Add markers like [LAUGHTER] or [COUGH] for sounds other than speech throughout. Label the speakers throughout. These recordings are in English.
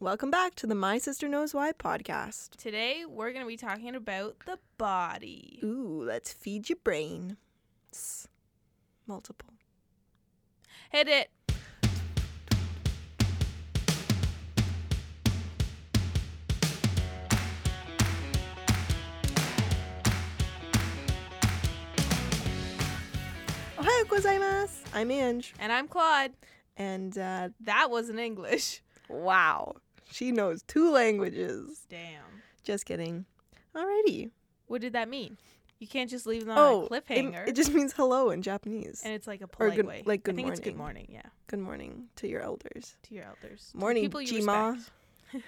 Speaker 1: Welcome back to the My Sister Knows Why podcast.
Speaker 2: Today we're going to be talking about the body.
Speaker 1: Ooh, let's feed your brain. S- Multiple.
Speaker 2: Hit it.
Speaker 1: Ohayou gozaimasu. I'm Ange.
Speaker 2: And I'm Claude.
Speaker 1: And uh,
Speaker 2: That wasn't English.
Speaker 1: wow, she knows two languages.
Speaker 2: Damn.
Speaker 1: Just kidding. Alrighty.
Speaker 2: What did that mean? You can't just leave them
Speaker 1: oh,
Speaker 2: on a
Speaker 1: it-
Speaker 2: cliffhanger.
Speaker 1: It, just means hello in Japanese.
Speaker 2: and it's like a polite
Speaker 1: good-
Speaker 2: way.
Speaker 1: like, good
Speaker 2: I think it's good morning, yeah,
Speaker 1: Good morning to your elders.
Speaker 2: to your elders. To the
Speaker 1: Morning,
Speaker 2: people you
Speaker 1: Jima.
Speaker 2: respect.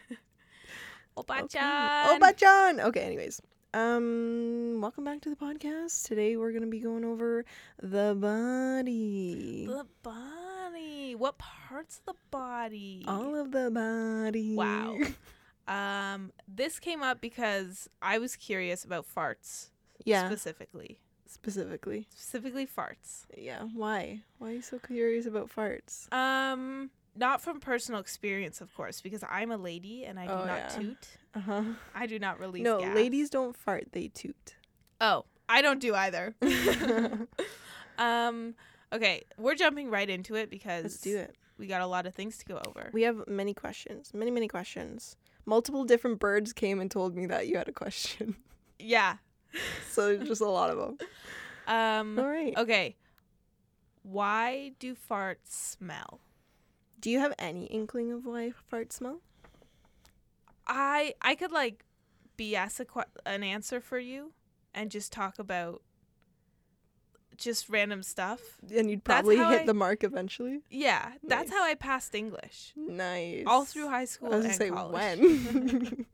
Speaker 1: [LAUGHS]
Speaker 2: Opa-chan.
Speaker 1: Oh, but John. Okay, anyways. Um, welcome back to the podcast. Today we're gonna be going over the body.
Speaker 2: The body. What parts of the body?
Speaker 1: All of the body.
Speaker 2: Wow. Um, this came up because I was curious about farts
Speaker 1: [LAUGHS] yeah,
Speaker 2: specifically.
Speaker 1: specifically.
Speaker 2: Specifically farts.
Speaker 1: Yeah. Why? Why are you so curious about farts?
Speaker 2: Um, not from personal experience, of course, because I'm a lady and I do
Speaker 1: Oh,
Speaker 2: not
Speaker 1: yeah.
Speaker 2: toot.
Speaker 1: Uh huh.
Speaker 2: I do not release.
Speaker 1: No,
Speaker 2: gas.
Speaker 1: ladies don't fart. They toot.
Speaker 2: Oh, I don't
Speaker 1: [LAUGHS]
Speaker 2: do either. [LAUGHS] um, okay, we're jumping right into it because
Speaker 1: Let's do it.
Speaker 2: we got a lot of things to go over.
Speaker 1: We have many questions. Many, many questions. Multiple different birds came and told me that you had a question. [LAUGHS]
Speaker 2: yeah.
Speaker 1: so there's just a lot of Oh, them. All
Speaker 2: Um.
Speaker 1: right.
Speaker 2: Okay. Why do farts smell?
Speaker 1: Do you have any inkling of why farts smell?
Speaker 2: I I could like BS a que- an answer for you and just talk about just random stuff.
Speaker 1: And you'd
Speaker 2: That's
Speaker 1: probably
Speaker 2: how
Speaker 1: hit
Speaker 2: I-
Speaker 1: the mark eventually.
Speaker 2: Yeah, that's
Speaker 1: Nice.
Speaker 2: how I passed English.
Speaker 1: Nice.
Speaker 2: all through high school
Speaker 1: I was
Speaker 2: and
Speaker 1: gonna say
Speaker 2: college.
Speaker 1: [LAUGHS] when.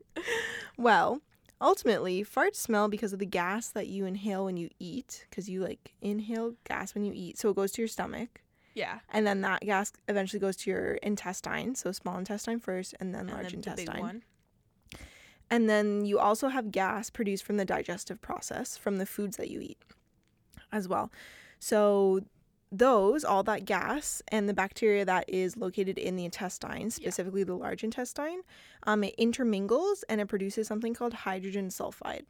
Speaker 1: well, ultimately, farts smell because of the gas that you inhale when you eat, because you like inhale gas when you eat, so it goes to your stomach,
Speaker 2: [LAUGHS]
Speaker 1: [LAUGHS]
Speaker 2: yeah,
Speaker 1: and then that gas eventually goes to your intestine, so small intestine first, and then
Speaker 2: and
Speaker 1: large
Speaker 2: then the
Speaker 1: intestine.
Speaker 2: big one.
Speaker 1: And then you also have gas produced from the digestive process from the foods that you eat as well. So, those, all that gas and the bacteria that is located in the intestine, specifically the large intestine, um, it intermingles and it produces something called hydrogen sulfide.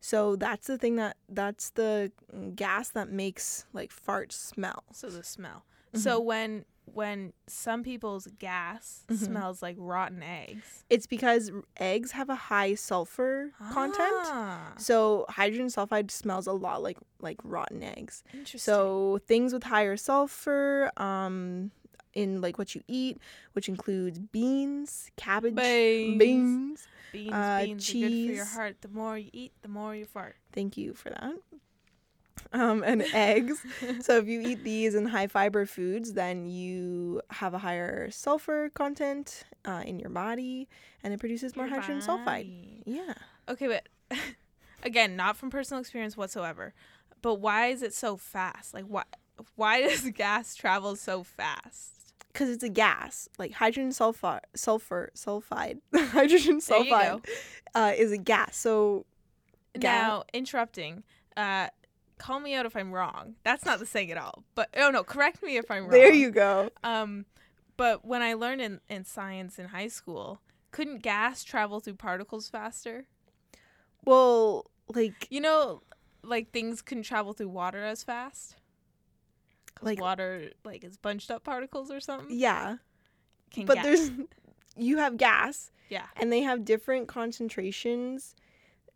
Speaker 1: So that's the thing that that's the gas that makes like farts smell.
Speaker 2: So the smell.
Speaker 1: Mm-hmm.
Speaker 2: So when when some people's gas
Speaker 1: Mhm.
Speaker 2: smells like rotten eggs
Speaker 1: It's because eggs have a high sulfur content.
Speaker 2: Ah,
Speaker 1: So hydrogen sulfide smells a lot like like rotten eggs.
Speaker 2: interesting.
Speaker 1: So things with higher sulfur, um, in like what you eat, which includes beans, cabbage,
Speaker 2: beans, beans,
Speaker 1: beans.
Speaker 2: beans,
Speaker 1: uh,
Speaker 2: are good for your
Speaker 1: cheese.
Speaker 2: heart. The more you eat, the more you fart.
Speaker 1: Thank you for that. Um,
Speaker 2: [LAUGHS]
Speaker 1: and eggs. so if you eat these and high fiber foods, then you have a higher sulfur content uh, in your body, and it produces more
Speaker 2: Your
Speaker 1: hydrogen sulfide.
Speaker 2: body.
Speaker 1: Yeah.
Speaker 2: Okay, but [LAUGHS] again, not from personal experience whatsoever. But why is it so fast? Like why why [LAUGHS] does gas travel so fast?
Speaker 1: because it's a gas like hydrogen sulfur sulfur sulfide [LAUGHS] hydrogen
Speaker 2: There you
Speaker 1: sulfide uh, is a gas so Ga-
Speaker 2: Now, interrupting. Uh, call me out if I'm wrong. That's not the saying at all. But oh no, correct me if I'm
Speaker 1: [LAUGHS]
Speaker 2: wrong.
Speaker 1: there you go
Speaker 2: Um, but when I learned in, in science in high school, couldn't gas travel through particles faster?
Speaker 1: well like
Speaker 2: You know, like things couldn't travel through water as fast. 'Cause
Speaker 1: Like-
Speaker 2: water, like is bunched up particles or something.
Speaker 1: yeah
Speaker 2: Can
Speaker 1: but
Speaker 2: gas-
Speaker 1: there's [LAUGHS] you have gas
Speaker 2: Yeah.
Speaker 1: and they have different concentrations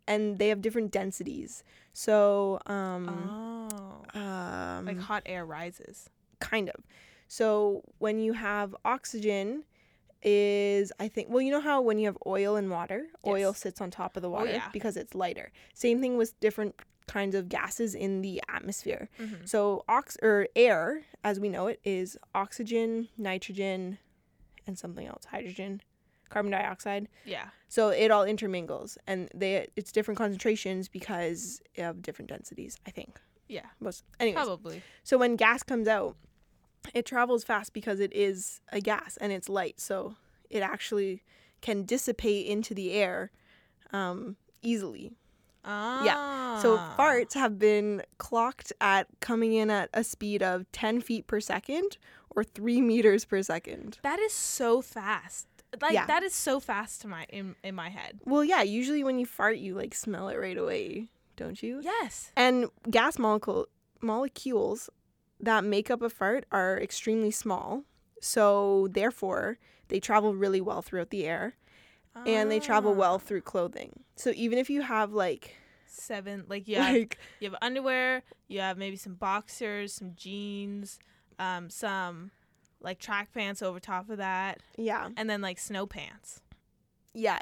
Speaker 1: and they have different densities so um
Speaker 2: oh,
Speaker 1: um
Speaker 2: like hot air rises.
Speaker 1: kind of so when you have oxygen is i think well you know how when you have oil and water oil
Speaker 2: Yes. Oh,
Speaker 1: sits on top of the water
Speaker 2: yeah.
Speaker 1: because it's lighter same thing with different kinds of gases in the atmosphere
Speaker 2: Mhm.
Speaker 1: So ox or air, as we know it, is oxygen, nitrogen, and something else, hydrogen, carbon dioxide.
Speaker 2: Yeah.
Speaker 1: So it all intermingles, and they it's different concentrations because of different densities. I think.
Speaker 2: Yeah.
Speaker 1: Most anyways.
Speaker 2: Probably.
Speaker 1: So when gas comes out, it travels fast because it is a gas and it's light, so it actually can dissipate into the air um, easily.
Speaker 2: Ah.
Speaker 1: So farts have been clocked at coming in at a speed of 10 feet per second or 3 meters per second.
Speaker 2: That is so fast. like
Speaker 1: Yeah.
Speaker 2: that is so fast to my in, in my head.
Speaker 1: Well, yeah, usually when you fart, you like smell it right away, don't you?
Speaker 2: Yes.
Speaker 1: And gas molecule molecules that make up a fart are extremely small. So therefore, they travel really well throughout the air and they travel well
Speaker 2: Ah.
Speaker 1: through clothing. So even if you have like
Speaker 2: Seven like yeah,
Speaker 1: like
Speaker 2: you have underwear, you have maybe some boxers, some jeans, um some like track pants over top of that
Speaker 1: yeah,
Speaker 2: and then like snow pants.
Speaker 1: yeah.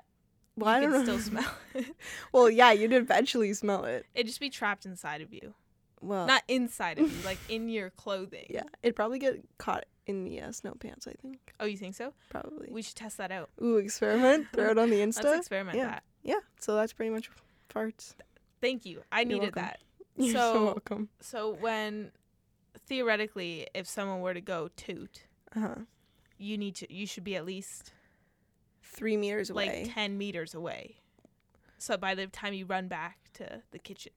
Speaker 1: Well,
Speaker 2: you
Speaker 1: I don't
Speaker 2: can
Speaker 1: know.
Speaker 2: still smell [LAUGHS] it.
Speaker 1: [LAUGHS] well, yeah, you'd eventually smell it.
Speaker 2: It'd just be trapped inside of you.
Speaker 1: Well,
Speaker 2: Not inside of you, like in your clothing.
Speaker 1: Oh. [LAUGHS] yeah, it'd probably get caught in the uh, snow pants. I think
Speaker 2: Oh, you think so?
Speaker 1: probably.
Speaker 2: We should test that out.
Speaker 1: Ooh, experiment. Throw it on
Speaker 2: [LAUGHS]
Speaker 1: the
Speaker 2: Let's
Speaker 1: Insta.
Speaker 2: experiment
Speaker 1: yeah.
Speaker 2: that.
Speaker 1: Yeah. So that's pretty much farts. [LAUGHS]
Speaker 2: Thank you. I needed
Speaker 1: welcome.
Speaker 2: that.
Speaker 1: You're so,
Speaker 2: So-
Speaker 1: welcome.
Speaker 2: So when theoretically if someone were to go toot,
Speaker 1: Uh-huh.
Speaker 2: you need to you should be at least
Speaker 1: Three meters away.
Speaker 2: like 10 meters away. So by the time you run back to the kitchen.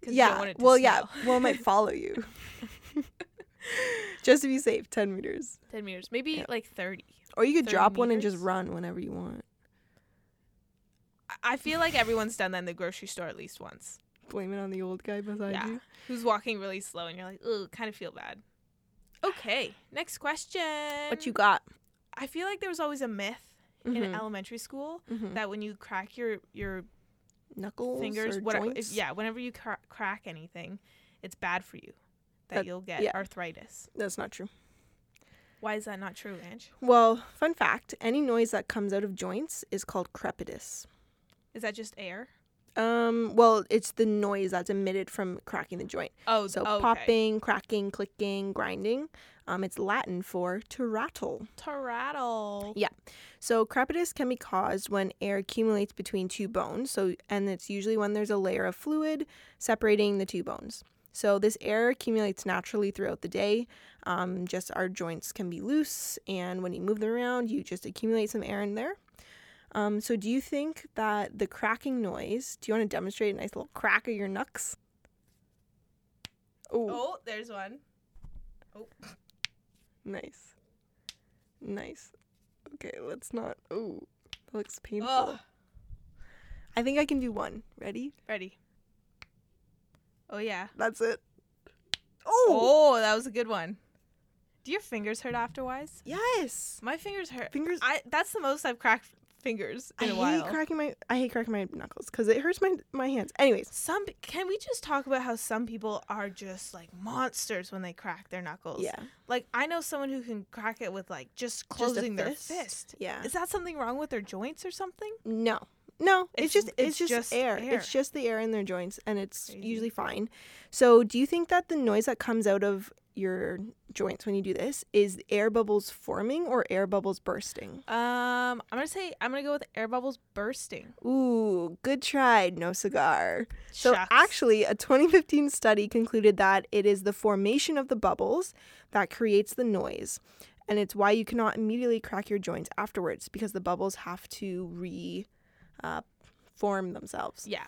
Speaker 2: 'cause you don't
Speaker 1: yeah.
Speaker 2: want it to
Speaker 1: well, yeah.
Speaker 2: smell.
Speaker 1: Well, it
Speaker 2: [LAUGHS]
Speaker 1: might follow you. just to be safe, ten meters.
Speaker 2: 10 meters. Maybe
Speaker 1: Yeah.
Speaker 2: like 30.
Speaker 1: Or you could
Speaker 2: 30
Speaker 1: drop one and just
Speaker 2: meters?
Speaker 1: run whenever you want.
Speaker 2: I- I feel like everyone's done that in the grocery store at least once.
Speaker 1: Blame it on the old guy beside
Speaker 2: yeah.
Speaker 1: you.
Speaker 2: Who's walking really slow and you're like, "Ooh, kind of feel bad." Okay, next question.
Speaker 1: What you got?
Speaker 2: I feel like there was always a myth in
Speaker 1: Mhm,
Speaker 2: elementary school
Speaker 1: mhm.
Speaker 2: that when you crack your your
Speaker 1: Knuckles
Speaker 2: fingers,
Speaker 1: or
Speaker 2: whatever,
Speaker 1: joints?
Speaker 2: yeah, whenever you cra- crack anything, it's bad for you. That,
Speaker 1: That-
Speaker 2: you'll get
Speaker 1: yeah.
Speaker 2: arthritis.
Speaker 1: That's not true.
Speaker 2: Why is that not true, Ange?
Speaker 1: Well, fun fact: any noise that comes out of joints is called crepitus.
Speaker 2: Is that just air?
Speaker 1: Um, well, it's the noise that's emitted from cracking the joint.
Speaker 2: Oh,
Speaker 1: So
Speaker 2: okay.
Speaker 1: popping, cracking, clicking, grinding. Um, it's Latin for to rattle.
Speaker 2: To rattle.
Speaker 1: Yeah. So crepitus can be caused when air accumulates between two bones. So and it's usually when there's a layer of fluid separating the two bones. So this air accumulates naturally throughout the day. Um, just our joints can be loose, and when you move them around, you just accumulate some air in there. Um, so do you think that the cracking noise? Do you want to demonstrate a nice little crack of your knucks? oh,
Speaker 2: Oh, there's one.
Speaker 1: nice, nice. Okay, let's not. Oh, that looks painful.
Speaker 2: Oh,
Speaker 1: I think I can do one. Ready?
Speaker 2: ready. Oh yeah.
Speaker 1: That's it. Oh,
Speaker 2: Oh, that was a good one. Do your fingers hurt afterwards?
Speaker 1: yes.
Speaker 2: My fingers hurt.
Speaker 1: Fingers.
Speaker 2: I that's the most I've cracked fingers
Speaker 1: I
Speaker 2: in a
Speaker 1: hate
Speaker 2: while.
Speaker 1: cracking my. I hate cracking my knuckles because it hurts my my hands. Anyways,
Speaker 2: some can we just talk about how some people are just like monsters when they crack their knuckles?
Speaker 1: yeah,
Speaker 2: Like I know someone who can crack it with like just
Speaker 1: Just a
Speaker 2: closing their
Speaker 1: fist?
Speaker 2: fist.
Speaker 1: yeah.
Speaker 2: Is that something wrong with their joints or something?
Speaker 1: No, no. It's,
Speaker 2: It's-
Speaker 1: just it's,
Speaker 2: it's
Speaker 1: just,
Speaker 2: just
Speaker 1: air.
Speaker 2: air.
Speaker 1: It's just the air in their joints, and it's
Speaker 2: Crazy.
Speaker 1: usually fine. So, do you think that the noise that comes out of your joints when you do this is air bubbles forming or air bubbles bursting?
Speaker 2: Um, I'm gonna say I'm gonna go with air bubbles bursting.
Speaker 1: Ooh, good try. No cigar. So
Speaker 2: Shucks.
Speaker 1: actually, a 2015 study concluded that it is the formation of the bubbles that creates the noise. And it's why you cannot immediately crack your joints afterwards because the bubbles have to re uh, form themselves.
Speaker 2: yeah.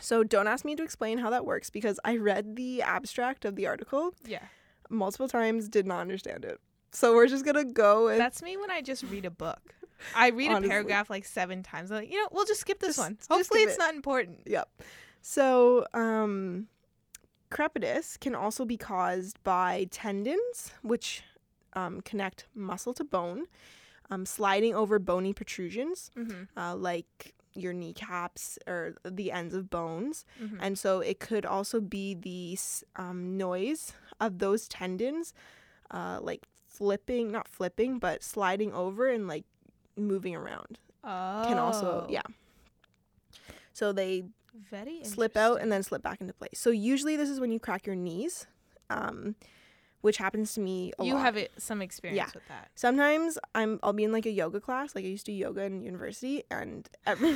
Speaker 1: So don't ask me to explain how that works because I read the abstract of the article
Speaker 2: Yeah.
Speaker 1: multiple times, did not understand it. So we're just going to go with
Speaker 2: That's me when I just read a book. [LAUGHS] I read
Speaker 1: Honestly.
Speaker 2: a paragraph like seven times. I'm like, you know, we'll just skip this
Speaker 1: Just-
Speaker 2: one.
Speaker 1: just
Speaker 2: Hopefully,
Speaker 1: skip
Speaker 2: it's
Speaker 1: it.
Speaker 2: not important.
Speaker 1: Yep. So, um, crepitus can also be caused by tendons, which um, connect muscle to bone, um, sliding over bony protrusions,
Speaker 2: Mm-hmm.
Speaker 1: uh, like your kneecaps or the ends of bones.
Speaker 2: Mhm.
Speaker 1: And so, it could also be the s- um, noise of those tendons, uh, like flipping, not flipping, but sliding over and like moving around.
Speaker 2: Oh.
Speaker 1: Can also, yeah. So, they
Speaker 2: Very
Speaker 1: slip out and then slip back into place. So usually this is when you crack your knees, um, which happens to me a
Speaker 2: You
Speaker 1: lot.
Speaker 2: have it, some experience with that.
Speaker 1: Sometimes I'm I'll be in like a yoga class, like I used to do yoga in university, and every,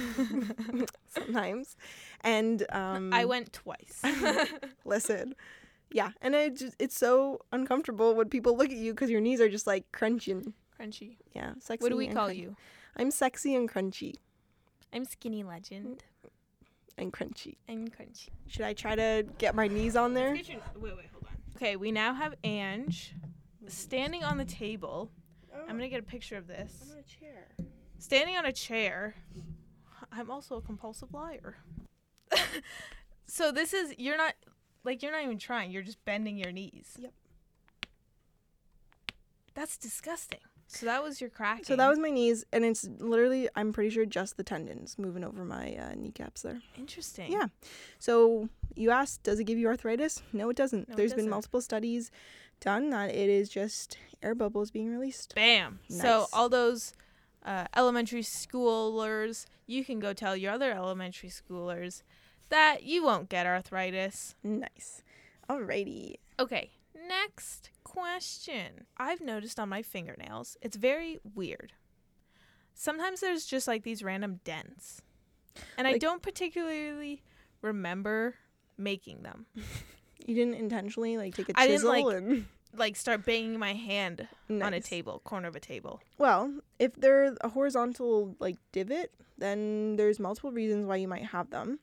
Speaker 1: [LAUGHS] sometimes, and um,
Speaker 2: I went [LAUGHS] twice.
Speaker 1: listen, yeah, and I just it's so uncomfortable when people look at you because your knees are just like crunching.
Speaker 2: Crunchy.
Speaker 1: Yeah, sexy.
Speaker 2: What do we
Speaker 1: and
Speaker 2: call
Speaker 1: crun-
Speaker 2: you?
Speaker 1: I'm sexy and crunchy
Speaker 2: I'm Skinny Legend.
Speaker 1: and crunchy.
Speaker 2: I'm Crunchy.
Speaker 1: Should I try to get my knees on there?
Speaker 2: Wait, wait, hold on. Okay, we now have Ange standing on the table I'm gonna get a picture of this.
Speaker 1: a chair.
Speaker 2: Standing on a chair. I'm also a compulsive liar. [LAUGHS] so this is you're not like you're not even trying. You're just bending your knees.
Speaker 1: Yep.
Speaker 2: That's disgusting. So that was your cracking.
Speaker 1: So that was my knees, and it's literally, I'm pretty sure, just the tendons moving over my uh, kneecaps there.
Speaker 2: interesting.
Speaker 1: Yeah. So you asked, does it give you arthritis? No, it doesn't.
Speaker 2: No, it
Speaker 1: There's been
Speaker 2: doesn't.
Speaker 1: multiple studies done that it is just air bubbles being released.
Speaker 2: Bam. So
Speaker 1: Nice.
Speaker 2: all those uh, elementary schoolers, you can go tell your other elementary schoolers that you won't get arthritis.
Speaker 1: Nice. Alrighty.
Speaker 2: Okay, next question. I've noticed on my fingernails, it's very weird. Sometimes there's just like these random dents, and I
Speaker 1: Like-
Speaker 2: don't particularly remember making them.
Speaker 1: You didn't intentionally like take a
Speaker 2: I didn't,
Speaker 1: chisel
Speaker 2: like,
Speaker 1: and
Speaker 2: Like start banging my hand on a
Speaker 1: Nice.
Speaker 2: table, corner of a table.
Speaker 1: Well, if they're a horizontal like divot, then there's multiple reasons why you might have them.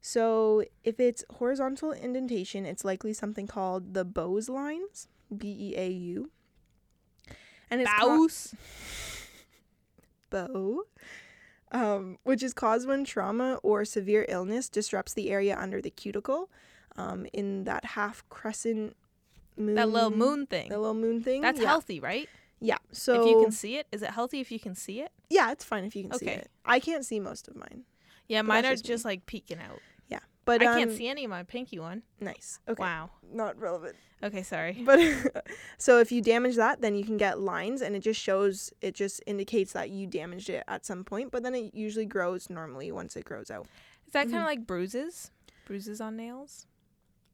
Speaker 1: So, if it's horizontal indentation, it's likely something called the Bowes lines, B E A U. And it's ca-
Speaker 2: Bouse.
Speaker 1: bow, um, which is caused when trauma or severe illness disrupts the area under the cuticle, um, in that half crescent moon.
Speaker 2: That little moon thing.
Speaker 1: The little moon thing.
Speaker 2: That's
Speaker 1: yeah.
Speaker 2: healthy, right?
Speaker 1: Yeah. So
Speaker 2: if you can see it, is it healthy if you can see it?
Speaker 1: yeah, it's fine if you can see
Speaker 2: Okay.
Speaker 1: it. I can't see most of mine,
Speaker 2: Yeah,
Speaker 1: But
Speaker 2: mine
Speaker 1: that's
Speaker 2: are
Speaker 1: just me.
Speaker 2: just like peeking out.
Speaker 1: but
Speaker 2: I can't
Speaker 1: um,
Speaker 2: see any of my pinky one.
Speaker 1: Nice. Okay.
Speaker 2: Wow.
Speaker 1: Not relevant. [LAUGHS]
Speaker 2: Okay, sorry.
Speaker 1: But [LAUGHS] so if you damage that, then you can get lines, and it just shows, it just indicates that you damaged it at some point. But then it usually grows normally once it grows out.
Speaker 2: Is that
Speaker 1: Mm-hmm.
Speaker 2: kind of like bruises? Bruises on nails?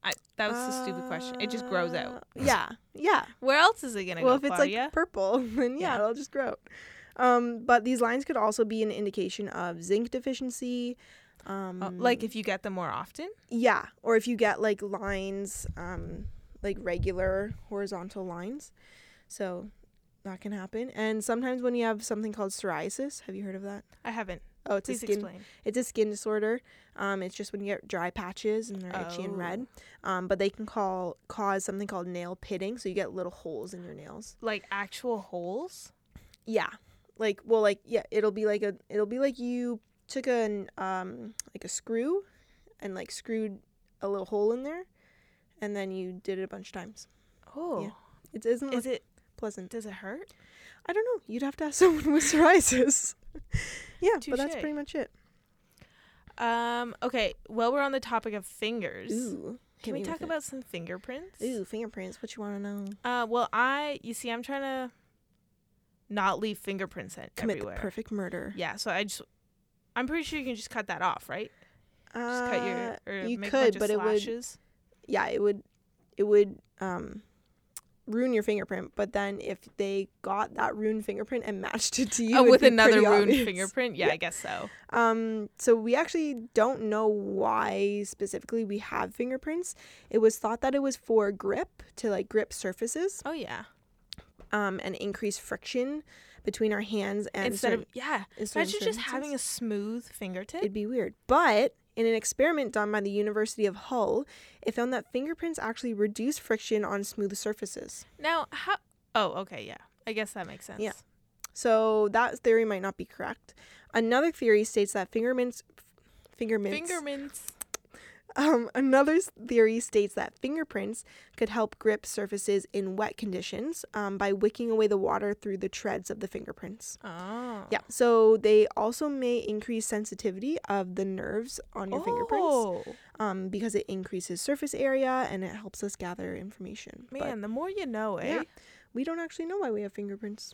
Speaker 2: I, that was a stupid question. It just grows out.
Speaker 1: Uh, Yeah. Yeah.
Speaker 2: [LAUGHS] Where else is it gonna
Speaker 1: well,
Speaker 2: go,
Speaker 1: if it's like
Speaker 2: Claudia?
Speaker 1: purple, [LAUGHS] then yeah,
Speaker 2: Yeah.
Speaker 1: it'll just grow. out. Um, but these lines could also be an indication of zinc deficiency. Um,
Speaker 2: Oh, like if you get them more often?
Speaker 1: yeah, or if you get like lines, um, like regular horizontal lines, so that can happen. And sometimes when you have something called psoriasis, have you heard of that?
Speaker 2: I haven't.
Speaker 1: Oh, it's
Speaker 2: Please
Speaker 1: a skin.
Speaker 2: explain.
Speaker 1: It's a skin disorder. Um, it's just when you get dry patches and they're itchy and
Speaker 2: Oh.
Speaker 1: red. Um, but they can call cause something called nail pitting, so you get little holes in your nails.
Speaker 2: Like actual holes?
Speaker 1: Yeah. Like well like yeah, it'll be like a it'll be like you took an um like a screw and like screwed a little hole in there and then you did it a bunch of times.
Speaker 2: Oh.
Speaker 1: It isn't
Speaker 2: Is
Speaker 1: like,
Speaker 2: it
Speaker 1: pleasant.
Speaker 2: does it hurt?
Speaker 1: I don't know. You'd have to ask [LAUGHS] someone with psoriasis. [LAUGHS] yeah, but that's
Speaker 2: Touche.
Speaker 1: pretty much it.
Speaker 2: Um, okay, well we're on the topic of fingers.
Speaker 1: Ooh. hit
Speaker 2: Can
Speaker 1: me
Speaker 2: we
Speaker 1: with
Speaker 2: talk
Speaker 1: it.
Speaker 2: about some fingerprints?
Speaker 1: Ooh, fingerprints, what you wanna know?
Speaker 2: Uh well I you see I'm trying to not leave fingerprints en-
Speaker 1: Commit
Speaker 2: everywhere.
Speaker 1: the perfect murder.
Speaker 2: yeah, so I just I'm pretty sure you can just cut that off, right? Just cut your
Speaker 1: Uh,
Speaker 2: or
Speaker 1: you
Speaker 2: make
Speaker 1: could,
Speaker 2: a bunch
Speaker 1: but it
Speaker 2: of
Speaker 1: would-
Speaker 2: slashes.
Speaker 1: yeah, it would it would um ruin your fingerprint, but then if they got that ruined fingerprint and [LAUGHS] matched it to you
Speaker 2: Oh,
Speaker 1: it'd
Speaker 2: with
Speaker 1: be
Speaker 2: another
Speaker 1: pretty
Speaker 2: ruined
Speaker 1: obvious.
Speaker 2: fingerprint? Yeah,
Speaker 1: Yeah.
Speaker 2: I guess so.
Speaker 1: Um so we actually don't know why specifically we have fingerprints. It was thought that it was for grip to like grip surfaces
Speaker 2: Oh yeah.
Speaker 1: um and increase friction between our hands and
Speaker 2: Instead
Speaker 1: certain-
Speaker 2: of yeah,
Speaker 1: and certain
Speaker 2: imagine just having
Speaker 1: surfaces.
Speaker 2: a smooth fingertip.
Speaker 1: It'd be weird. But in an experiment done by the University of Hull, it found that fingerprints actually reduce friction on smooth surfaces.
Speaker 2: now how? Oh, okay, yeah. I guess that makes sense.
Speaker 1: Yeah. So that theory might not be correct. Another theory states that fingerprints, fingerprints.
Speaker 2: Fingerprints.
Speaker 1: Um, another s- theory states that fingerprints could help grip surfaces in wet conditions um, by wicking away the water through the treads of the fingerprints.
Speaker 2: Oh.
Speaker 1: Yeah. So they also may increase sensitivity of the nerves on your fingerprints
Speaker 2: Oh
Speaker 1: um, because it increases surface area and it helps us gather information.
Speaker 2: man, the more you know, eh?
Speaker 1: Yeah. But we don't actually know why we have fingerprints.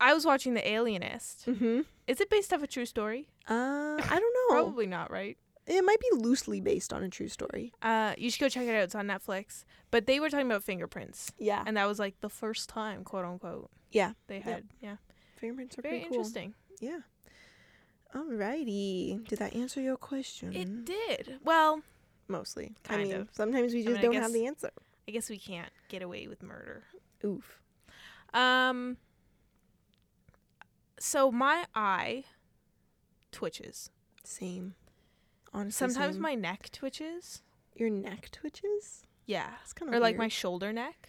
Speaker 2: I was watching The Alienist.
Speaker 1: Mm-hmm.
Speaker 2: Is it based off a true story?
Speaker 1: Uh, I don't know.
Speaker 2: Probably not, right?
Speaker 1: It might be loosely based on a true story.
Speaker 2: Uh, you should go check it out. It's on Netflix. But they were talking about fingerprints,
Speaker 1: Yeah.
Speaker 2: and that was like the first time, quote unquote.
Speaker 1: Yeah.
Speaker 2: They
Speaker 1: Yep.
Speaker 2: had yeah.
Speaker 1: Fingerprints are
Speaker 2: Very
Speaker 1: pretty cool.
Speaker 2: interesting.
Speaker 1: Alrighty. Did that answer your question?
Speaker 2: It did. Well,
Speaker 1: Mostly. I
Speaker 2: Kind
Speaker 1: mean,
Speaker 2: of.
Speaker 1: sometimes we just
Speaker 2: mean, I
Speaker 1: don't have
Speaker 2: guess-
Speaker 1: the answer.
Speaker 2: I guess we can't get away with murder.
Speaker 1: Oof.
Speaker 2: Um so my eye twitches.
Speaker 1: Same. Honestly.
Speaker 2: Sometimes
Speaker 1: same.
Speaker 2: my neck twitches.
Speaker 1: your neck twitches.
Speaker 2: Yeah.
Speaker 1: That's kind of
Speaker 2: Or like my shoulder neck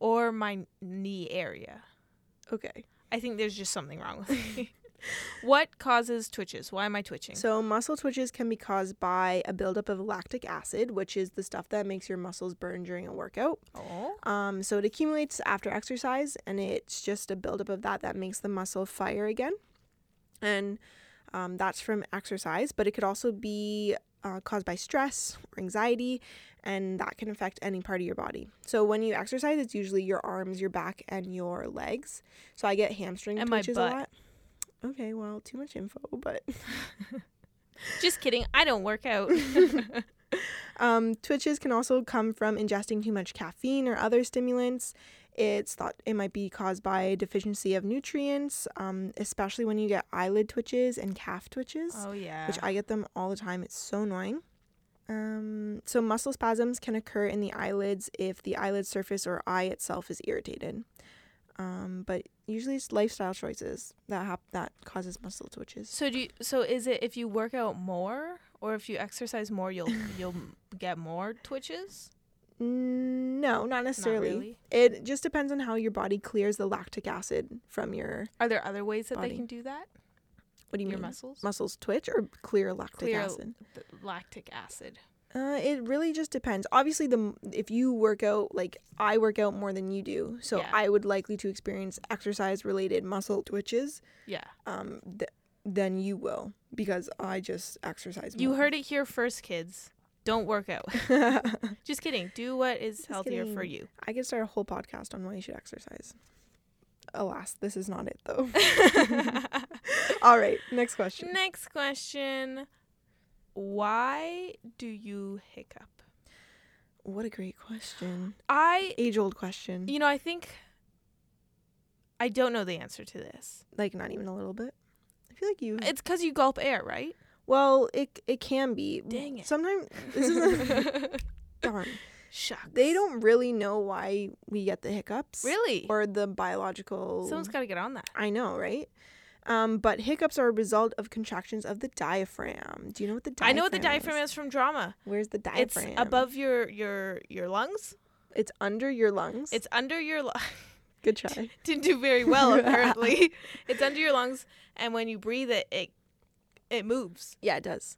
Speaker 2: or my knee area.
Speaker 1: Okay.
Speaker 2: I think there's just something wrong with
Speaker 1: [LAUGHS]
Speaker 2: me. what causes twitches? Why am I twitching?
Speaker 1: So, muscle twitches can be caused by a buildup of lactic acid, which is the stuff that makes your muscles burn during a workout.
Speaker 2: oh.
Speaker 1: Um, so, it accumulates after exercise, and it's just a buildup of that that makes the muscle fire again. And um, that's from exercise, but it could also be uh, caused by stress or anxiety, and that can affect any part of your body. So, when you exercise, it's usually your arms, your back, and your legs. So, I get hamstring
Speaker 2: And my
Speaker 1: twitches
Speaker 2: butt.
Speaker 1: a lot. Okay, well, too much info, but.
Speaker 2: Just kidding. I don't work
Speaker 1: [LAUGHS]
Speaker 2: out. [LAUGHS]
Speaker 1: Um, twitches can also come from ingesting too much caffeine or other stimulants. It's thought it might be caused by deficiency of nutrients, um, especially when you get eyelid twitches and calf twitches,
Speaker 2: oh yeah.
Speaker 1: which I get them all the time. It's so annoying. Um, so, muscle spasms can occur in the eyelids if the eyelid surface or eye itself is irritated. Um, but usually it's lifestyle choices that hap- that causes muscle twitches.
Speaker 2: so do you, so is it if you work out more or if you exercise more
Speaker 1: [LAUGHS]
Speaker 2: you'll you'll get more twitches?
Speaker 1: Mm, No, not necessarily.
Speaker 2: really.
Speaker 1: It just depends on how your body clears the lactic acid from your
Speaker 2: Are there other ways that
Speaker 1: Body.
Speaker 2: they can do that?
Speaker 1: what do you
Speaker 2: Your
Speaker 1: mean
Speaker 2: muscles?
Speaker 1: muscles twitch or clear lactic
Speaker 2: Clear-
Speaker 1: acid.
Speaker 2: The lactic acid.
Speaker 1: Uh, it really just depends. Obviously, the m- if you work out like I work out more than you do, so
Speaker 2: Yeah.
Speaker 1: I would likely to experience exercise related muscle twitches.
Speaker 2: Yeah.
Speaker 1: Um, th- than you will because I just exercise.
Speaker 2: You
Speaker 1: more.
Speaker 2: heard it here first, kids. Don't work out. [LAUGHS] Just kidding. Do what is healthier for you.
Speaker 1: [LAUGHS]
Speaker 2: [LAUGHS]
Speaker 1: I could start a whole podcast on why you should exercise. Alas, this is not it though. [LAUGHS] All right, next question.
Speaker 2: Next question. Why do you hiccup?
Speaker 1: What a great question.
Speaker 2: I,
Speaker 1: Age old question.
Speaker 2: you know, I think I don't know the answer to this.
Speaker 1: Like not even a little bit. I feel like you.
Speaker 2: It's because you gulp air, right?
Speaker 1: well, it it can be.
Speaker 2: Dang it.
Speaker 1: Sometimes this is [LAUGHS] darn.
Speaker 2: [LAUGHS] Shucks.
Speaker 1: They don't really know why we get the hiccups.
Speaker 2: really.
Speaker 1: Or the biological.
Speaker 2: Someone's got to get on that.
Speaker 1: I know, right? Um, but hiccups are a result of contractions of the diaphragm. Do you know what the diaphragm?
Speaker 2: I know what the diaphragm is from drama.
Speaker 1: Where's the
Speaker 2: It's
Speaker 1: diaphragm?
Speaker 2: above your your your lungs.
Speaker 1: It's under your lungs.
Speaker 2: It's under your. Lu- [LAUGHS]
Speaker 1: good try.
Speaker 2: didn't
Speaker 1: [LAUGHS]
Speaker 2: do very well apparently. it's under your lungs, and when you breathe it, it it moves.
Speaker 1: Yeah, it does.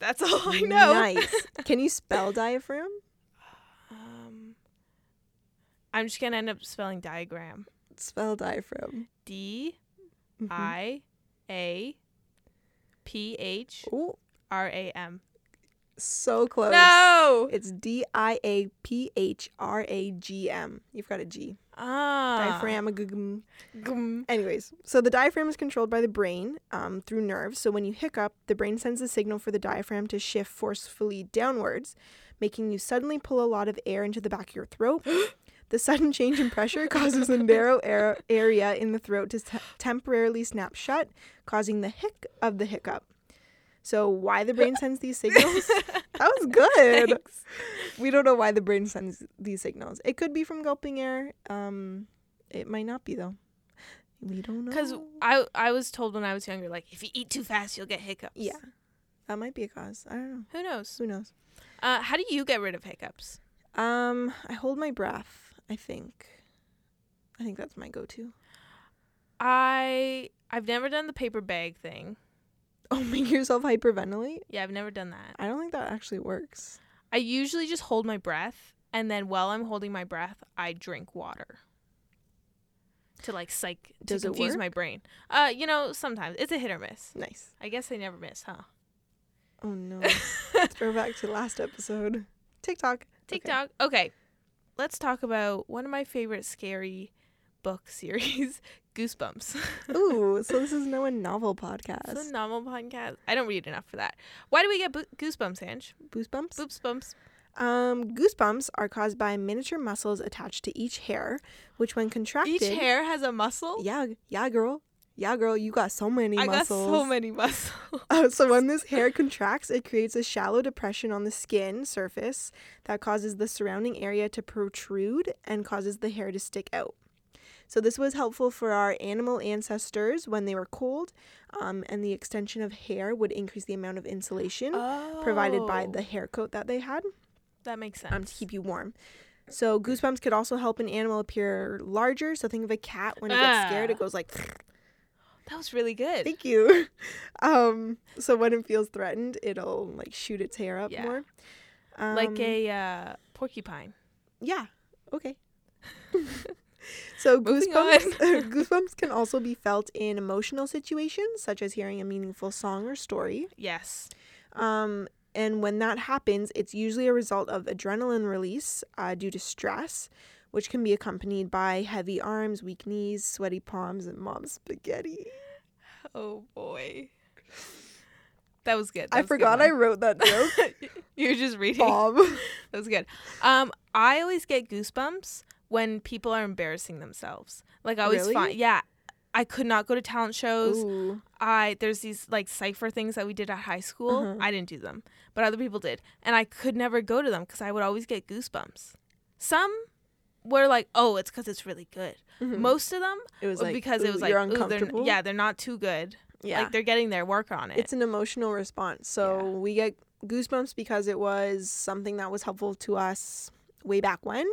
Speaker 2: That's all [LAUGHS] I know.
Speaker 1: Nice. Can you spell diaphragm?
Speaker 2: [LAUGHS] Um, I'm just gonna end up spelling diagram.
Speaker 1: Spell diaphragm.
Speaker 2: D
Speaker 1: Mhm.
Speaker 2: I A P H
Speaker 1: Mm-hmm. Ooh.
Speaker 2: R A M.
Speaker 1: So close.
Speaker 2: No.
Speaker 1: It's D I A P H R A G M. You've got a G.
Speaker 2: Ah.
Speaker 1: Diaphragm. a gugum.
Speaker 2: Gum.
Speaker 1: Anyways, so the diaphragm is controlled by the brain um, through nerves. So when you hiccup, the brain sends a signal for the diaphragm to shift forcefully downwards, making you suddenly pull a lot of air into the back of your throat. the sudden change in pressure causes a narrow air- area in the throat to te- temporarily snap shut, causing the hic of the hiccup. So why the brain sends these signals? that was good.
Speaker 2: Thanks.
Speaker 1: We don't know why the brain sends these signals. It could be from gulping air. Um, it might not be though. We don't know.
Speaker 2: Because I I was told when I was younger, like if you eat too fast, you'll get hiccups.
Speaker 1: yeah, that might be a cause. I don't know.
Speaker 2: Who knows?
Speaker 1: Who knows?
Speaker 2: Uh, how do you get rid of hiccups?
Speaker 1: Um, I hold my breath. I think. I think that's my go-to. [LAUGHS]
Speaker 2: I I've never done the paper bag thing.
Speaker 1: Oh, make yourself hyperventilate.
Speaker 2: Yeah, I've never done that.
Speaker 1: I don't think that actually works.
Speaker 2: I usually just hold my breath, and then while I'm holding my breath, I drink water to like psych
Speaker 1: Does
Speaker 2: to
Speaker 1: it
Speaker 2: confuse my brain. Uh, you know, sometimes it's a hit or miss.
Speaker 1: Nice.
Speaker 2: I guess they never miss, huh?
Speaker 1: Oh
Speaker 2: [LAUGHS]
Speaker 1: no. Throwback to last episode. TikTok.
Speaker 2: TikTok. Okay. let's talk about one of my favorite scary book [LAUGHS] series, Goosebumps.
Speaker 1: [LAUGHS]
Speaker 2: [LAUGHS]
Speaker 1: Ooh, so this is no a novel
Speaker 2: it's a
Speaker 1: podcast.
Speaker 2: novel podcast. I don't read enough for that. Why do we get bo- goosebumps, Ange?
Speaker 1: Goosebumps.
Speaker 2: Boops bumps.
Speaker 1: Um, goosebumps are caused by miniature muscles attached to each hair, which when contracted,
Speaker 2: Each hair has a muscle.
Speaker 1: yeah, yeah, girl, yeah, girl, you got so many
Speaker 2: I got
Speaker 1: muscles.
Speaker 2: so many muscles.
Speaker 1: Uh, so when this hair contracts, it creates a shallow depression on the skin surface that causes the surrounding area to protrude and causes the hair to stick out. So this was helpful for our animal ancestors when they were cold, um, and the extension of hair would increase the amount of insulation [LAUGHS] provided by
Speaker 2: Oh,
Speaker 1: the hair coat that they had
Speaker 2: That makes sense.
Speaker 1: um, to keep you warm. So goosebumps could also help an animal appear larger. So think of a cat when it gets scared, it goes like [LAUGHS]
Speaker 2: That was really good.
Speaker 1: Thank you. [LAUGHS] Um, so when it feels threatened, it'll like shoot its hair up
Speaker 2: Yeah.
Speaker 1: more. Um,
Speaker 2: like a uh, porcupine.
Speaker 1: yeah.
Speaker 2: [LAUGHS]
Speaker 1: Okay. so
Speaker 2: Moving [LAUGHS]
Speaker 1: goosebumps [LAUGHS] goosebumps can also be felt in emotional situations, such as hearing a meaningful song or story.
Speaker 2: Yes.
Speaker 1: Um, and when that happens, it's usually a result of adrenaline release uh, due to stress, which can be accompanied by heavy arms, weak knees, sweaty palms, and mom spaghetti.
Speaker 2: Oh boy. That was good.
Speaker 1: I forgot I wrote that joke.
Speaker 2: [LAUGHS] you were just reading.
Speaker 1: Bob.
Speaker 2: That was good. Um, I always get goosebumps when people are embarrassing themselves. Like I always
Speaker 1: Really?
Speaker 2: find, yeah, I could not go to talent shows.
Speaker 1: Ooh.
Speaker 2: I there's these like cipher things that we did at high school.
Speaker 1: Uh-huh.
Speaker 2: I didn't do them, but other people did, and I could never go to them because I would always get goosebumps. Some were like, "Oh, it's because it's really good."
Speaker 1: Mhm.
Speaker 2: Most of them
Speaker 1: It was
Speaker 2: were
Speaker 1: like
Speaker 2: uh, because
Speaker 1: "Ooh,
Speaker 2: it was like,
Speaker 1: you're
Speaker 2: "Ooh, they're n-
Speaker 1: uncomfortable.
Speaker 2: yeah, they're not too good.
Speaker 1: yeah.
Speaker 2: Like they're getting their work on it.
Speaker 1: it's an emotional response. So
Speaker 2: Yeah.
Speaker 1: we get goosebumps because it was something that was helpful to us way back when,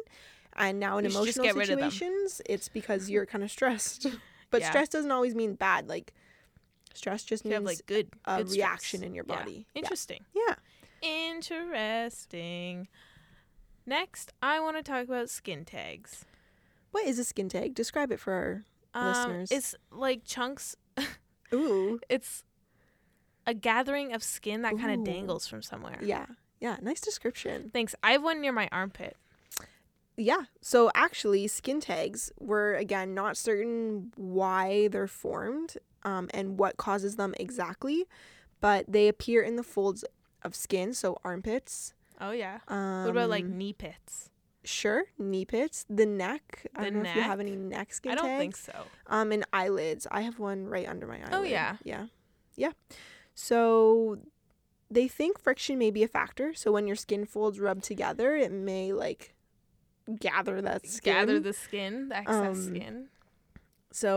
Speaker 1: and now in
Speaker 2: You should just
Speaker 1: emotional
Speaker 2: get rid of them.
Speaker 1: situations, it's
Speaker 2: [LAUGHS]
Speaker 1: because you're kind of stressed. But
Speaker 2: Yeah.
Speaker 1: stress doesn't always mean bad. Like stress just
Speaker 2: you
Speaker 1: means
Speaker 2: have like good,
Speaker 1: a
Speaker 2: good stress.
Speaker 1: reaction in your
Speaker 2: Yeah.
Speaker 1: body. Yeah.
Speaker 2: Interesting.
Speaker 1: Yeah.
Speaker 2: Interesting. Next, I want to talk about skin tags.
Speaker 1: What is a skin tag? Describe it for our
Speaker 2: Um,
Speaker 1: Listeners.
Speaker 2: It's like chunks.
Speaker 1: ooh
Speaker 2: It's a gathering of skin that kind
Speaker 1: Ooh.
Speaker 2: of dangles from somewhere.
Speaker 1: yeah yeah nice description.
Speaker 2: Thanks. I have one near my armpit.
Speaker 1: Yeah. So actually, skin tags were again not certain why they're formed um, and what causes them exactly, but they appear in the folds of skin, so armpits.
Speaker 2: Oh yeah.
Speaker 1: Um,
Speaker 2: What about like knee pits?
Speaker 1: sure knee pits, the neck? I
Speaker 2: The
Speaker 1: don't know if you have
Speaker 2: neck?
Speaker 1: any neck skin
Speaker 2: I don't
Speaker 1: tags.
Speaker 2: think so.
Speaker 1: Um, and eyelids. I have one right under my eyelid.
Speaker 2: Oh, yeah.
Speaker 1: Yeah. Yeah. So they think friction may be a factor. So when your skin folds rub together, it may like gather that skin.
Speaker 2: Gather the skin, the excess
Speaker 1: Um,
Speaker 2: skin.
Speaker 1: so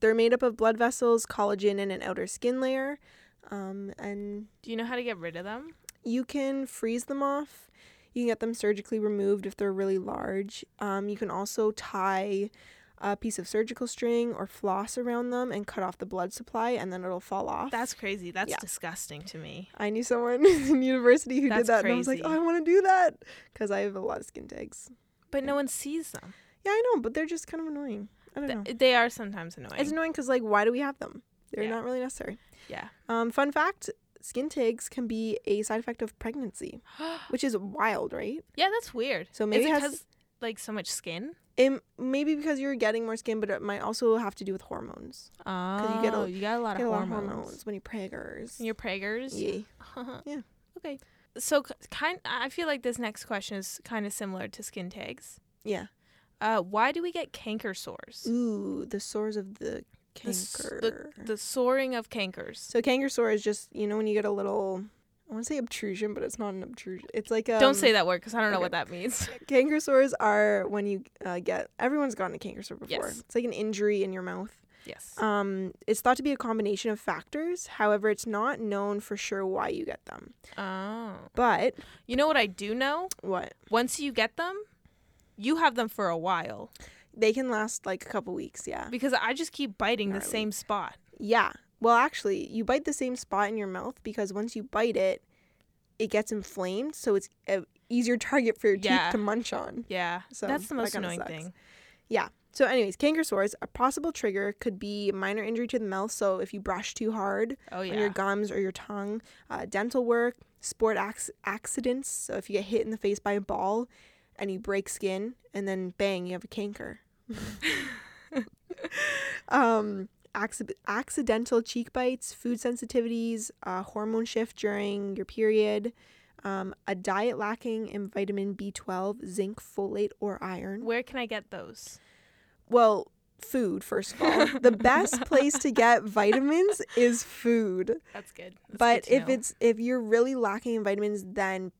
Speaker 1: they're made up of blood vessels, collagen, and an outer skin layer. Um, and
Speaker 2: Do you know how to get rid of them?
Speaker 1: you can freeze them off. You can get them surgically removed if they're really large. Um, you can also tie a piece of surgical string or floss around them and cut off the blood supply, and then it'll fall off.
Speaker 2: That's crazy. That's
Speaker 1: Yeah.
Speaker 2: disgusting to me.
Speaker 1: I knew someone [LAUGHS] in university who
Speaker 2: That's
Speaker 1: did that, and I was like,
Speaker 2: crazy.
Speaker 1: oh, I want to do that because I have a lot of skin tags.
Speaker 2: But no one sees them.
Speaker 1: Yeah, I know, but they're just kind of annoying. I don't
Speaker 2: Th-
Speaker 1: know.
Speaker 2: They are sometimes annoying.
Speaker 1: It's annoying because, like, why do we have them? They're
Speaker 2: Yeah.
Speaker 1: not really necessary.
Speaker 2: Yeah.
Speaker 1: Um, fun fact skin tags can be a side effect of pregnancy, which is wild, right?
Speaker 2: [GASPS] yeah, that's weird.
Speaker 1: So maybe
Speaker 2: is
Speaker 1: it
Speaker 2: it
Speaker 1: has-
Speaker 2: because like so much skin?
Speaker 1: It, maybe because you're getting more skin, but it might also have to do with hormones.
Speaker 2: Oh,
Speaker 1: you get a-
Speaker 2: got a lot
Speaker 1: Get
Speaker 2: of
Speaker 1: a lot of
Speaker 2: hormones.
Speaker 1: hormones when you preggers.
Speaker 2: And Your preggers.
Speaker 1: Yeah.
Speaker 2: [LAUGHS]
Speaker 1: Yeah.
Speaker 2: Okay. So k- kind I feel like this next question is kind of similar to skin tags.
Speaker 1: Yeah.
Speaker 2: Uh, why do we get canker sores?
Speaker 1: Ooh, the sores of the
Speaker 2: The s-
Speaker 1: canker.
Speaker 2: The, the soaring of cankers.
Speaker 1: Mm. So canker sore is just you know when you get a little I want to say obtrusion, but it's not an obtrusion. It's like a
Speaker 2: don't say that word because I don't know
Speaker 1: um, okay.
Speaker 2: what that means.
Speaker 1: [LAUGHS]
Speaker 2: [LAUGHS]
Speaker 1: Canker sores are when you uh, get everyone's gotten a canker sore before.
Speaker 2: Yes.
Speaker 1: It's like an injury in your mouth.
Speaker 2: yes.
Speaker 1: Um, it's thought to be a combination of factors. However, it's not known for sure why you get them.
Speaker 2: oh.
Speaker 1: But
Speaker 2: You know what I do know?
Speaker 1: what
Speaker 2: Once you get them, you have them for a while
Speaker 1: they can last like a couple weeks. Yeah.
Speaker 2: because I just keep biting the
Speaker 1: Ah. Gnarly.
Speaker 2: same spot.
Speaker 1: Yeah. Well, actually, you bite the same spot in your mouth because once you bite it, it gets inflamed, so it's a easier target for your
Speaker 2: Yeah.
Speaker 1: teeth to munch on.
Speaker 2: Yeah.
Speaker 1: So
Speaker 2: That's
Speaker 1: that
Speaker 2: the most
Speaker 1: kinda
Speaker 2: annoying
Speaker 1: sucks.
Speaker 2: thing.
Speaker 1: So, anyways, canker sores, a possible trigger could be minor injury to the mouth. So, if you brush too hard
Speaker 2: Oh yeah.
Speaker 1: on your gums or your tongue, uh, dental work, sport acc- accidents. So, if you get hit in the face by a ball and you break skin, and then bang, you have a canker. [LAUGHS] um, acci- accidental cheek bites, food sensitivities, uh, hormone shift during your period, um, a diet lacking in vitamin B12, zinc, folate, or iron.
Speaker 2: Where can I get those?
Speaker 1: Well, food, first of all. the best place to
Speaker 2: [LAUGHS]
Speaker 1: get vitamins is food.
Speaker 2: That's good. That's
Speaker 1: but
Speaker 2: good to
Speaker 1: if
Speaker 2: know.
Speaker 1: it's if you're really lacking in vitamins, then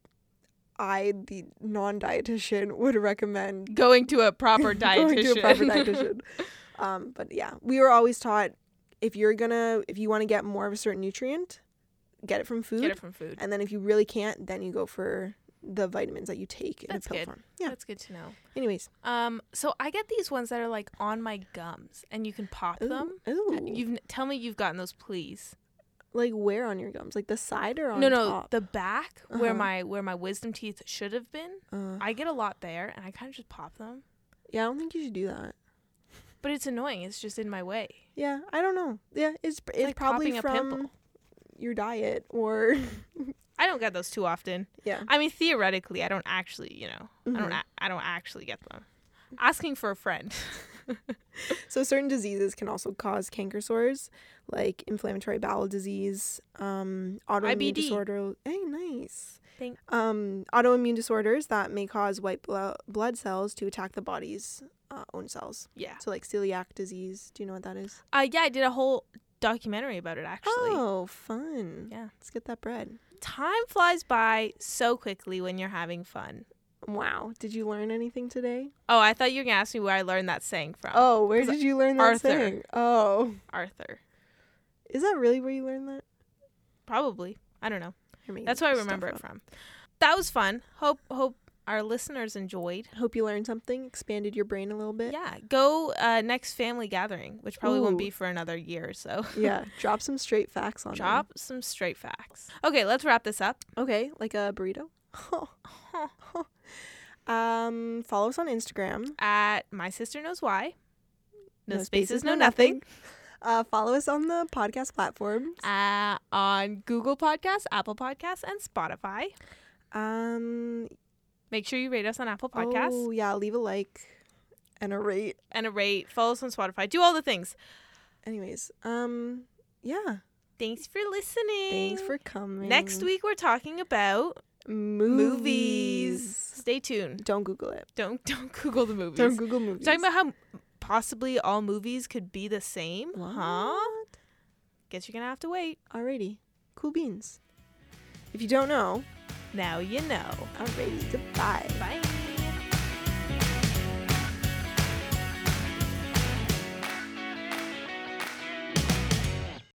Speaker 1: I, the non dietitian, [LAUGHS] would recommend
Speaker 2: going to a proper dietitian,
Speaker 1: [LAUGHS] going to a proper dietitian. um, but yeah, we were always taught if you're gonna if you want to get more of a certain nutrient, get it from food.
Speaker 2: [LAUGHS] get it from food.
Speaker 1: and then if you really can't, then you go for the vitamins that you take in
Speaker 2: That's
Speaker 1: a pill
Speaker 2: good.
Speaker 1: form. Yeah.
Speaker 2: That's good to know.
Speaker 1: Anyways,
Speaker 2: Um, so I get these ones that are like on my gums, and you can pop
Speaker 1: ooh,
Speaker 2: them.
Speaker 1: ooh.
Speaker 2: You've n- tell me you've gotten those, please.
Speaker 1: like where on your gums? Like the side or on
Speaker 2: No, no,
Speaker 1: top?
Speaker 2: the back where
Speaker 1: Uh-huh.
Speaker 2: my where my wisdom teeth should have been.
Speaker 1: Uh,
Speaker 2: I get a lot there, and I kind of just pop them.
Speaker 1: yeah, I don't think you should do that.
Speaker 2: But it's annoying. It's just in my way.
Speaker 1: Yeah, I don't know. Yeah, it's it's
Speaker 2: like
Speaker 1: probably
Speaker 2: popping a
Speaker 1: from
Speaker 2: pimple.
Speaker 1: your diet or [LAUGHS]
Speaker 2: I don't get those too often.
Speaker 1: yeah.
Speaker 2: I mean, theoretically, I don't actually, you know, I don't,
Speaker 1: Mhm.
Speaker 2: a- I don't actually get them. Asking for a
Speaker 1: [LAUGHS]
Speaker 2: friend.
Speaker 1: So certain diseases can also cause canker sores, like inflammatory bowel disease, um, autoimmune
Speaker 2: IBD.
Speaker 1: disorder. Hey, nice.
Speaker 2: Thank-
Speaker 1: Um, autoimmune disorders that may cause white blo- blood cells to attack the body's uh, own cells.
Speaker 2: yeah.
Speaker 1: So like celiac disease. Do you know what that is?
Speaker 2: Uh, yeah, I did a whole documentary about it actually.
Speaker 1: Oh, fun.
Speaker 2: Yeah.
Speaker 1: Let's get that bread.
Speaker 2: Time flies by so quickly when you're having fun.
Speaker 1: Wow. Did you learn anything today?
Speaker 2: Oh, I thought you were gonna ask me where I learned that saying from.
Speaker 1: Oh, where
Speaker 2: 'cause
Speaker 1: did you learn that
Speaker 2: Arthur.
Speaker 1: saying? Oh,
Speaker 2: Arthur.
Speaker 1: is that really where you learned that?
Speaker 2: Probably. I don't know.
Speaker 1: You're making
Speaker 2: That's where I
Speaker 1: stuff
Speaker 2: remember it
Speaker 1: up.
Speaker 2: from. That was fun. Hope hope our listeners enjoyed.
Speaker 1: Hope you learned something, expanded your brain a little bit.
Speaker 2: Yeah. Go uh, next family gathering, which probably won't
Speaker 1: Ooh.
Speaker 2: be for another year or so.
Speaker 1: yeah, drop some straight facts on them.
Speaker 2: [LAUGHS] Drop some straight facts. Okay, let's wrap this up.
Speaker 1: Okay, like a burrito. [LAUGHS] um, follow us on Instagram.
Speaker 2: At my sister knows why. No, spaces, no nothing.
Speaker 1: Uh, follow us on the podcast platform.
Speaker 2: Uh, on Google Podcasts, Apple Podcasts, and Spotify.
Speaker 1: Um,
Speaker 2: Make sure you rate us on Apple Podcasts
Speaker 1: Oh yeah, leave a like and a rate.
Speaker 2: and a rate. Follow us on Spotify. Do all the things.
Speaker 1: Anyways, um, yeah.
Speaker 2: Thanks for listening.
Speaker 1: Thanks for coming.
Speaker 2: Next week we're talking about
Speaker 1: movies.
Speaker 2: Stay tuned.
Speaker 1: Don't Google it.
Speaker 2: Don't [LAUGHS] don't Google the movies.
Speaker 1: Don't Google movies.
Speaker 2: We're talking about how possibly all movies could be the same. Huh?
Speaker 1: What?
Speaker 2: Guess you're gonna have to wait.
Speaker 1: Alrighty, cool beans. If you don't know,
Speaker 2: Now you know.
Speaker 1: alrighty, goodbye.
Speaker 2: Bye.